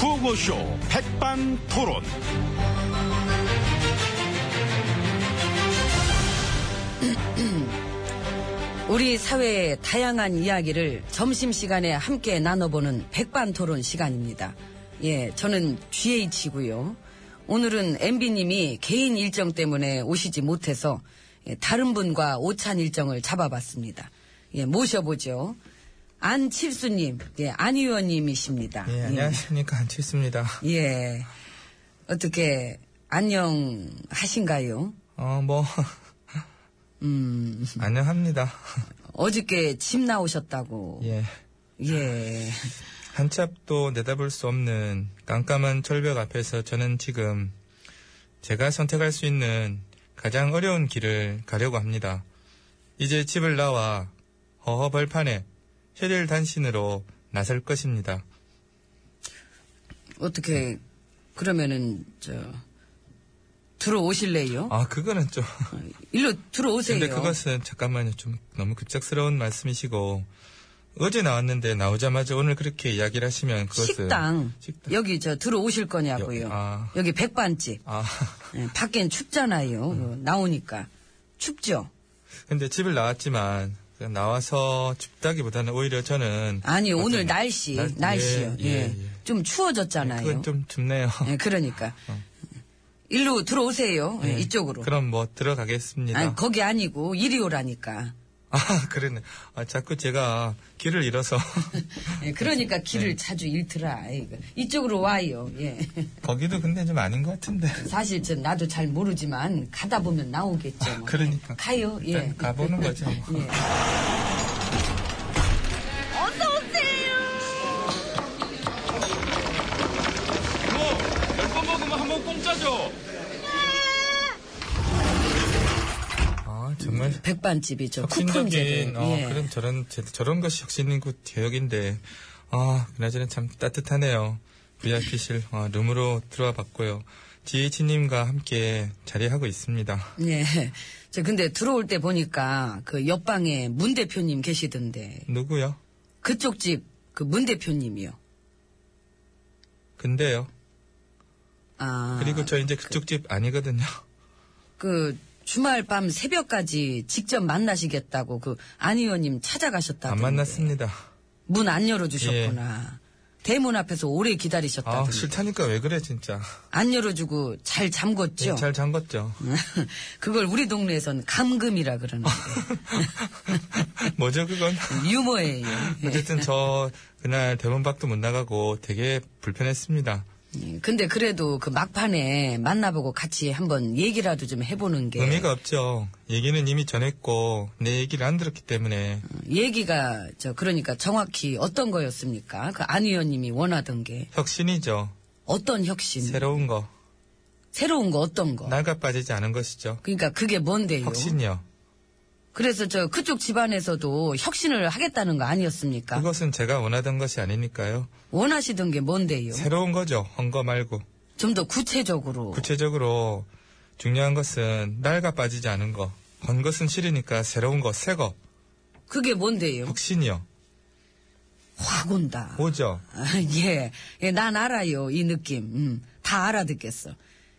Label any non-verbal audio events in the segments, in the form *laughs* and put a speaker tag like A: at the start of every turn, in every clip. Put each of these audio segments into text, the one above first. A: 구호쇼 백반토론.
B: 우리 사회의 다양한 이야기를 점심시간에 함께 나눠보는 백반토론 시간입니다. 예, 저는 GH고요. 오늘은 MB님이 개인 일정 때문에 오시지 못해서 예, 다른 분과 오찬 일정을 잡아봤습니다. 예, 모셔보죠. 안칠수님, 예, 안 의원님이십니다.
C: 예, 안녕하십니까. 안칠수입니다.
B: 예, 예. 어떻게, 안녕하신가요?
C: 어, 뭐, *laughs*
B: 음,
C: 안녕합니다.
B: 어저께 집 나오셨다고.
C: 예.
B: 예.
C: 한치 앞도 내다볼 수 없는 깜깜한 절벽 앞에서 저는 지금 제가 선택할 수 있는 가장 어려운 길을 가려고 합니다. 이제 집을 나와 허허벌판에 혈일 단신으로 나설 것입니다.
B: 어떻게 그러면은 저 들어오실래요?
C: 아, 그거는 좀. *laughs*
B: 일로 들어오세요.
C: 근데 그것은 잠깐만요. 좀 너무 급작스러운 말씀이시고 어제 나왔는데 나오자마자 오늘 그렇게 이야기를 하시면 그것은
B: 식당.
C: 식당.
B: 여기 저 들어오실 거냐고요.
C: 여- 아.
B: 여기 백반집.
C: 아 *laughs*
B: 예, 밖엔 춥잖아요.
C: 음.
B: 뭐 나오니까 춥죠.
C: 근데 집을 나왔지만 그냥 나와서 춥다기보다는 오히려 저는
B: 아니
C: 어떤-
B: 오늘 날씨
C: 날-
B: 날씨요.
C: 예, 예, 예.
B: 좀 추워졌잖아요.
C: 그건 좀 춥네요.
B: 예, 그러니까 일로 들어오세요.
C: *laughs*
B: 예, 이쪽으로.
C: 그럼 뭐 들어가겠습니다.
B: 아니, 거기 아니고 이리 오라니까.
C: *laughs* 아 그러네. 아 자꾸 제가 길을 잃어서 *laughs*
B: 예, 그러니까 길을 자주 잃더라. 이거. 이쪽으로 와요. 예.
C: 거기도 근데 좀 아닌 것 같은데.
B: 사실 전 나도 잘 모르지만 가다 보면 나오겠죠. 뭐.
C: 그러니까.
B: 가요.
C: 일단
B: 예.
C: 가보는 거죠.
B: *laughs*
C: 뭐.
B: 예.
A: 열번 먹으면 한 번 공짜죠.
C: 아
B: 네.
C: 정말
B: 백반집이죠. 쿠폰
C: 혁신적인
B: 제도.
C: 아, 어,
B: 예.
C: 그런 저런 제- 저런 것이 혁신이고 개혁인데 아 그나저나 참 따뜻하네요. VIP실 어, 룸으로 들어와 봤고요. GH님과 함께 자리하고 있습니다.
B: 예. 저 근데 들어올 때 보니까 그 옆방에 문 대표님 계시던데
C: 누구요?
B: 그쪽 집 그 문 대표님이요.
C: 근데요.
B: 아.
C: 그리고 저 이제 그쪽 집 아니거든요.
B: 그 주말 밤 새벽까지 직접 만나시겠다고 그 안 의원님 찾아가셨다고.
C: 안 만났습니다. 예.
B: 문 안 열어주셨구나. 대문 앞에서 오래 기다리셨다던데.
C: 아 싫다니까 왜 그래 진짜.
B: 안 열어주고 잘
C: 예,
B: 잠궜죠?
C: 잘 잠궜죠. *laughs*
B: *laughs* 그걸 우리 동네에선 감금이라 그러는데
C: 뭐죠 그건?
B: 유머예요. 예.
C: 어쨌든 저 그날 대문 밖도 못 나가고 되게 불편했습니다.
B: 예, 근데 그래도 그 막판에 만나보고 같이 한번 얘기라도 좀 해보는 게
C: 의미가 없죠. 얘기는 이미 전했고 내 얘기를 안 들었기 때문에
B: 음. 얘기가 저 그러니까 정확히 어떤 거였습니까? 그 안 의원님이 원하던 게
C: 혁신이죠.
B: 어떤 혁신?
C: 새로운 거.
B: 새로운 거 어떤 거?
C: 낡아 빠지지 않은 것이죠.
B: 그러니까 그게 뭔데요?
C: 혁신이요.
B: 그래서 저 그쪽 집안에서도 혁신을 하겠다는 거 아니었습니까?
C: 그것은 제가 원하던 것이 아니니까요.
B: 원하시던 게 뭔데요?
C: 새로운 거죠. 헌거 말고.
B: 좀 더 구체적으로
C: 구체적으로 중요한 것은 낡아 빠지지 않은 거. 헌 것은 싫으니까 새로운 거, 새 거.
B: 그게 뭔데요?
C: 혁신이요.
B: 확 온다.
C: 오죠.
B: 아, *laughs* 예. 예, 난 알아요. 이 느낌. 음, 다 알아듣겠어.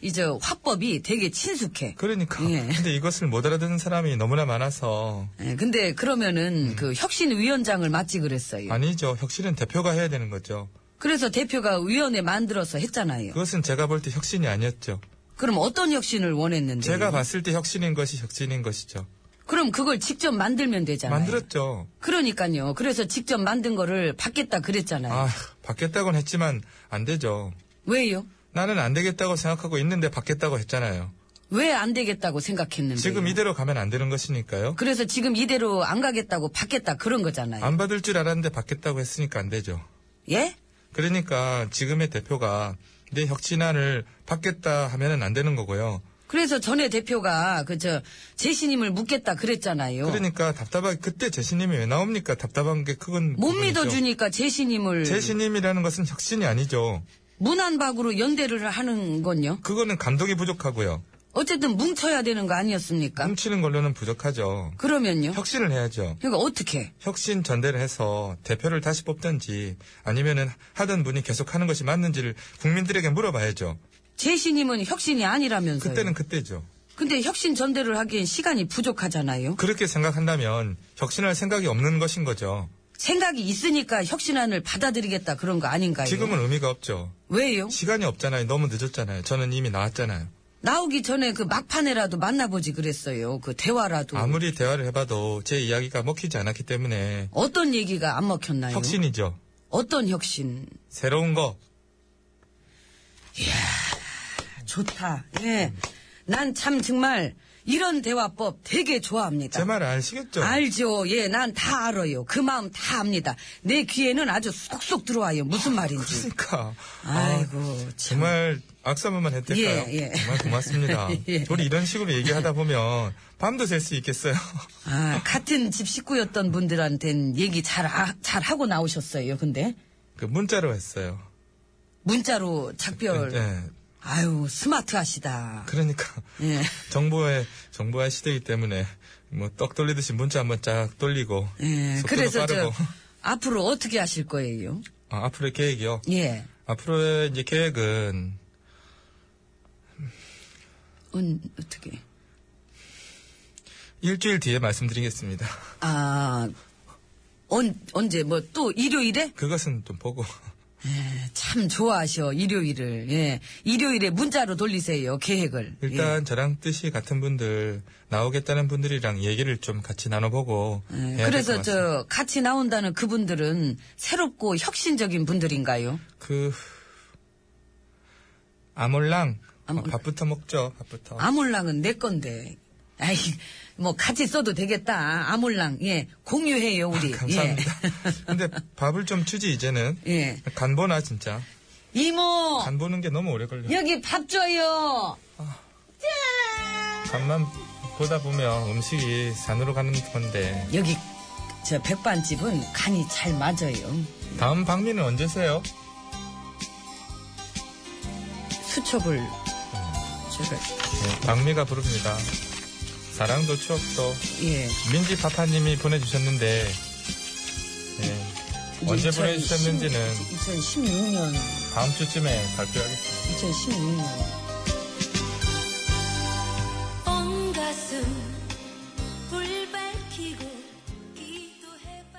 B: 이제 화법이 되게 친숙해.
C: 그러니까.
B: 예.
C: 근데 이것을 못 알아듣는 사람이 너무나 많아서.
B: 예, 근데 그러면은 그 혁신위원장을 맡지 그랬어요.
C: 음. 아니죠. 혁신은 대표가 해야 되는 거죠.
B: 그래서 대표가 위원회 만들어서 했잖아요.
C: 그것은 제가 볼 때 혁신이 아니었죠.
B: 그... 럼 어떤 혁신을 원했는데?
C: 제가 봤을 때 혁신인 것이 혁신인 것이죠.
B: 그럼 그걸 직접 만들면 되잖아요.
C: 만들었죠.
B: 그러니까요. 그래서 직접 만든 거를 받겠다 그랬잖아요.
C: 아, 받겠다고는 했지만 안 되죠.
B: 왜요?
C: 나는 안 되겠다고 생각하고 있는데 받겠다고 했잖아요.
B: 왜 안 되겠다고 생각했는데?
C: 지금 이대로 가면 안 되는 것이니까요.
B: 그래서 지금 이대로 안 가겠다고 받겠다 그런 거잖아요.
C: 안 받을 줄 알았는데 받겠다고 했으니까 안 되죠.
B: 예?
C: 그러니까 지금의 대표가 내 혁신안을 받겠다 하면은 안 되는 거고요.
B: 그래서 전에 대표가 그 저 제신임을 묻겠다 그랬잖아요.
C: 그러니까 답답하게 그때 제신님이 왜 나옵니까? 답답한 게 그건
B: 못
C: 그분이죠.
B: 믿어주니까 제신임을
C: 제신님이라는 것은 혁신이 아니죠.
B: 문안박으로 연대를 하는 건요.
C: 그거는 감독이 부족하고요.
B: 어쨌든 뭉쳐야 되는 거 아니었습니까?
C: 훔치는 걸로는 부족하죠.
B: 그러면요.
C: 혁신을 해야죠.
B: 그러니까 어떻게?
C: 혁신 전대를 해서 대표를 다시 뽑든지 아니면은 하던 분이 계속 하는 것이 맞는지를 국민들에게 물어봐야죠.
B: 재신임은 혁신이 아니라면서요.
C: 그때는 그때죠.
B: 근데 혁신 전대를 하기엔 시간이 부족하잖아요.
C: 그렇게 생각한다면 혁신할 생각이 없는 것인 거죠.
B: 생각이 있으니까 혁신안을 받아들이겠다 그런 거 아닌가요?
C: 지금은 의미가 없죠.
B: 왜요?
C: 시간이 없잖아요. 너무 늦었잖아요. 저는 이미 나왔잖아요.
B: 나오기 전에 그 막판에라도 만나보지 그랬어요. 그 대화라도
C: 아무리 대화를 해봐도 제 이야기가 먹히지 않았기 때문에
B: 어떤 얘기가 안 먹혔나요?
C: 혁신이죠.
B: 어떤 혁신?
C: 새로운 거.
B: 좋다. 예. 난 참 정말 이런 대화법 되게 좋아합니다.
C: 제 말 아시겠죠?
B: 알죠. 예, 난 다 알아요. 그 마음 다 압니다. 내 귀에는 아주 쏙쏙 들어와요. 무슨 말인지.
C: 그러니까.
B: 아이고,
C: 아,
B: 참.
C: 정말 악수 한 번만 했대까요?
B: 예, 예.
C: 정말 고맙습니다.
B: *laughs* 예.
C: 우리 이런 식으로 얘기하다 보면 밤도 셀 수 있겠어요. *laughs*
B: 아, 같은 집 식구였던 분들한텐 얘기 잘, 아- 잘 하고 나오셨어요. 근데
C: 그 문자로 했어요.
B: 문자로 작별.
C: 예.
B: 아유, 스마트하시다.
C: 그러니까
B: 예.
C: 정보의 정보의 시대이기 때문에 뭐 떡 돌리듯이 문자 한번 쫙 돌리고
B: 예.
C: 속도도
B: 그래서
C: 빠르고
B: 저 앞으로 어떻게 하실 거예요?
C: 아, 앞으로의 계획이요.
B: 예.
C: 앞으로의 이제 계획은
B: 은 어떻게?
C: 일주일 뒤에 말씀드리겠습니다. *laughs*
B: 아, 언, 언제, 뭐, 또, 일요일에?
C: 그것은 좀 보고 *laughs*
B: 예, 참 좋아하셔, 일요일을. 예. 일요일에 문자로 돌리세요, 계획을. 예.
C: 일단 저랑 뜻이 같은 분들 나오겠다는 분들이랑 얘기를 좀 같이 나눠보고
B: 예.
C: 해야
B: 예,
C: 될것
B: 그래서
C: 같습니다.
B: 저, 같이 나온다는 그분들은 새롭고 혁신적인 분들인가요?
C: 그 아몰랑
B: 아몰- 뭐
C: 어, 밥부터 먹죠. 밥부터.
B: 아몰랑은 내 건데. 아이, 뭐, 같이 써도 되겠다. 아몰랑, 예. 공유해요, 우리.
C: 아, 감사합니다.
B: *laughs*
C: 근데 밥을 좀 주지 이제는
B: 예. 예.
C: 간 보나 진짜
B: 이모!
C: 간 보는 게 너무 오래 걸려.
B: 여기 밥 줘요! 예.
C: 간만 보다 보면 음식이 산으로 가는 건데
B: 여기, 저, 백반집은 간이 잘 맞아요.
C: 다음 방미는 언제세요?
B: 수첩을 제가
C: 네, 방미가 부릅니다. 사랑도 추억도
B: 예
C: 민지 파파님이 보내주셨는데 네, 언제 보내주셨는지는
B: 2016년
C: 다음 주쯤에 발표하겠습니다.
B: 2016년
D: 온 가슴 불 밝히고 기도해봐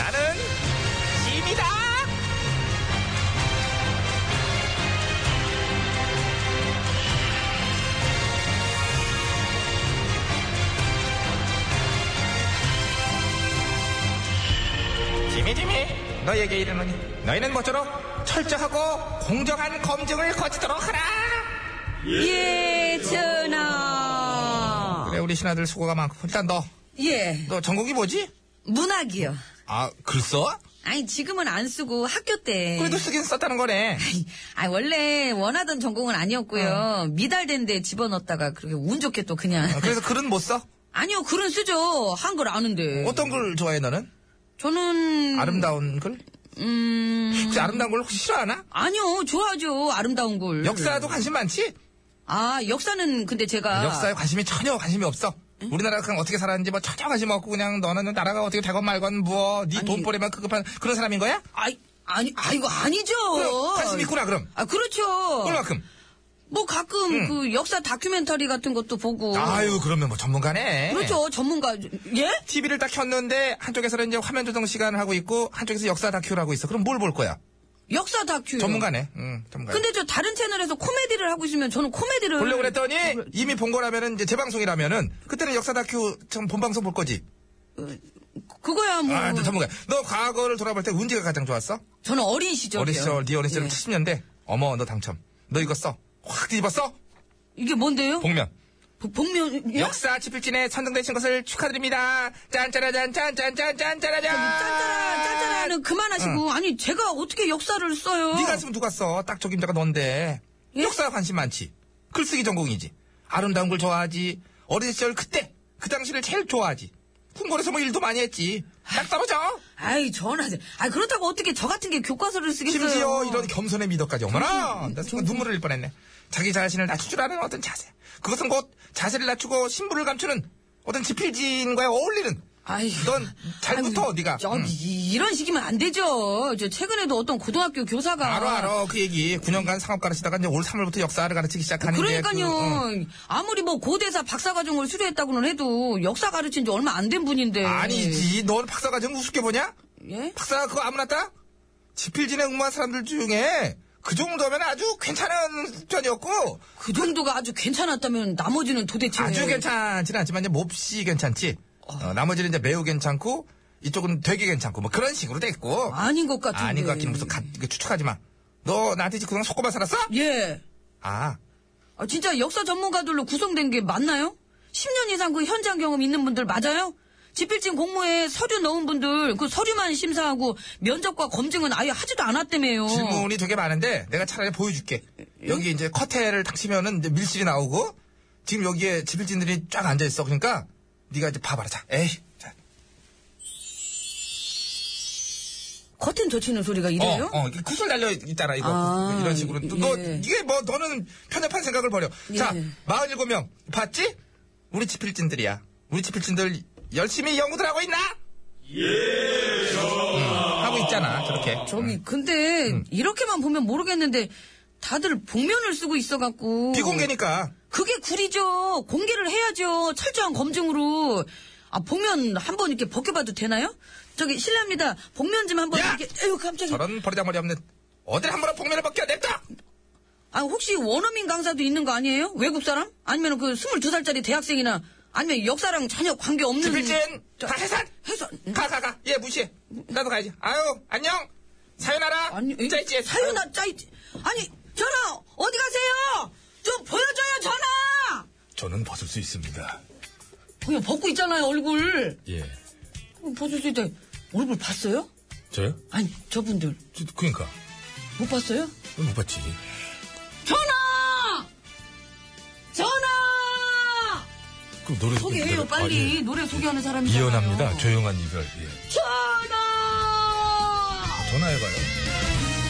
A: 나는 짐이다. 짐이 짐이 너에게 이르노니 너희는 모쪼록 철저하고 공정한 검증을 거치도록 하라.
B: 예 전하
A: 그래 우리 신하들 수고가 많고 일단 너 너
B: 예
A: 전공이 뭐지?
B: 문학이요
A: 아 글써?
B: 아니 지금은 안 쓰고 학교 때
A: 그래도 쓰긴 썼다는 거네.
B: *laughs* 아 원래 원하던 전공은 아니었고요 미달된 데 집어넣었다가 그렇게 운 좋게 또 그냥
A: 어. 아, 그래서 글은 못 써?
B: *laughs* 아니요 글은 쓰죠 한글 아는데
A: 어떤 글 좋아해 너는?
B: 저는
A: 아름다운 글?
B: 음
A: 혹시 아름다운 걸 혹시 싫어하나?
B: 아니요 좋아하죠 아름다운 글
A: 역사도 관심 많지?
B: 아 역사는 근데 제가
A: 역사에 관심이 전혀 관심이 없어. 우리나라가 그냥 어떻게 살았는지 뭐 전혀 관심 없고 그냥 너는 나라가 어떻게 되건 말건 뭐 네
B: 아니.
A: 돈벌이만 급급한 그런 사람인 거야?
B: 아이, 아니, 아이고, 아니죠.
A: 그럼 관심 있구나 그럼.
B: 아, 그렇죠.
A: 얼마큼?
B: 뭐 가끔 그 역사 다큐멘터리 같은 것도 보고.
A: 아유 그러면 뭐 전문가네.
B: 어. 그렇죠. 전문가, 예?
A: TV를 딱 켰는데 한쪽에서는 이제 화면 조정 시간을 하고 있고 한쪽에서 역사 다큐를 하고 있어. 그럼 뭘 볼 거야?
B: 역사 다큐.
A: 전문가네. 응, 전문가.
B: 근데 저 다른 채널에서 코미디를 하고 있으면 저는 코미디를.
A: 보려고 그랬더니
B: 어, 그렇죠.
A: 이미 본 거라면은 이제 재방송이라면은 그때는 역사 다큐 참 본방송 볼 거지.
B: 그거야 뭐.
A: 아, 너 전문가. 너 과거를 돌아볼 때 운지가 가장 좋았어?
B: 저는 어린 시절.
A: 어린 시절, 네 어린 시절
B: 예.
A: 70년대. 어머, 너 당첨. 너 이거 써. 확 뒤집어 써.
B: 이게 뭔데요?
A: 복면.
B: 복, 복면, 예?
A: 역사 지필진에 선정되신 것을 축하드립니다. 짠짜라잔, 짠짠짠, 짠짜라잔.
B: 짠짜라, 짠짜라는
A: 어.
B: 그만하시고. 아니, 제가 어떻게 역사를 써요?
A: 네가 쓰면 누가 써? 딱 적임자가 넌데.
B: 예?
A: 역사 관심 많지. 글쓰기 전공이지.
C: 아름다운 걸 좋아하지. 어린 시절 그때 그 당시를 제일 좋아하지. 궁궐에서 뭐 일도 많이 했지. 딱 떨어져.
B: 아이, 전하지. 아, 그렇다고 어떻게 저 같은 게 교과서를 쓰겠어요? 음,
C: 심지어 이런 겸손의 미덕까지 어머나 나 순간 눈물을 흘릴 뻔했네 자기 자신을 낮출 줄 아는 어떤 자세 그것은 곧 자세를 낮추고 신부를 감추는 어떤 지필진과의 어울리는
B: 아이.
C: 넌 잘
B: 아이고,
C: 붙어 네가 음.
B: 저,
C: 응.
B: 이- 이런 식이면 안 되죠. 저 최근에도 어떤 고등학교 교사가
C: 알아 알아 그 얘기 9년간 상업 가르치다가 이제 올 3월부터 역사를 가르치기 시작하는 게
B: 그러니까요.
C: 그, 응.
B: 아무리 뭐 고대사 박사 과정을 수료했다고는 해도 역사 가르친 지 얼마 안 된 분인데.
C: 아니지 넌 박사 과정 우습게 보냐
B: 예?
C: 박사 그거 아무나 따 지필진에 응모한 사람들 중에 그 정도면 아주 괜찮은 편이었고
B: 그 정도가 아주 괜찮았다면 나머지는 도대체
C: 아주 괜찮지는 않지만 이제 몹시 괜찮지. 어, 나머지는 이제 매우 괜찮고 이쪽은 되게 괜찮고 뭐 그런 식으로 돼 있고
B: 아닌 네. 것 같은데.
C: 아닌 것 같긴 무슨 가, 그 추측하지 마. 너 나한테 지금 그동안 속고만 살았어?
B: 예.
C: 아
B: 아, 진짜 역사 전문가들로 구성된 게 맞나요? 10년 이상 그 현장 경험 있는 분들 맞아요? 지필진 공모에 서류 넣은 분들 그 서류만 심사하고 면접과 검증은 아예 하지도 않았다며요.
C: 질문이 되게 많은데 내가 차라리 보여줄게. 여기 이제 커테를 탁 치면은 이제 밀실이 나오고 지금 여기에 지필진들이 쫙 앉아 있어. 그러니까 네가 이제 봐봐라. 자, 에이. 자.
B: 커튼 젖히는 소리가
C: 어,
B: 이래요?
C: 어, 이렇게 구슬 달려 있잖아, 이거. 그
B: 아,
C: 이런 식으로.
B: 예.
C: 너, 이게 뭐, 너는 편협한 생각을 버려.
B: 예.
C: 자, 47명. 봤지? 우리 지필진들이야. 우리 지필진들 열심히 연구들 하고 있나? 예, 하고 있잖아, 저렇게.
B: 저기 근데
C: 음.
B: 이렇게만 보면 모르겠는데 다들 복면을 쓰고 있어갖고
C: 비공개니까.
B: 그게 구리죠. 공개를 해야죠. 철저한 검증으로. 아 복면 한 번 이렇게 벗겨봐도 되나요? 저기 실례합니다. 복면 좀 한번
C: 야!
B: 이렇게. 에휴 깜짝이야.
C: 저런 버리장머리 없는. 어딜 한 번은 복면을 벗겨, 냅둬!
B: 아 혹시 원어민 강사도 있는 거 아니에요? 외국 사람? 아니면 그 22살짜리 대학생이나 아니면 역사랑 전혀 관계 없는.
C: 지필진, 다 해산!
B: 음, 해서
C: 가, 가, 가. 얘 무시해. 나도 가야지. 아유, 안녕! 사연하라!
B: 아니 이-
C: 진짜 있지?
B: 사유나 짜이지. 아니 전화 어디 가세요? 좀 보여줘요 전화.
E: 저는 벗을 수 있습니다.
B: 그냥 벗고 있잖아요 얼굴 어,
E: 예.
B: 벗을 수 있다 얼굴 봤어요?
E: 저요?
B: 아니 저분들
E: 저, 그러니까.
B: 못 봤어요?
E: 못 봤지.
B: 전화! 전화!
E: 그럼 노래 소개
B: 소개해요
E: 기다려- 아,
B: 빨리 네.
E: 예.
B: 노래 소개하는 사람이잖아요
E: 이혼합니다. 조용한 이별. 예.
B: 전화!
E: 전화해봐요.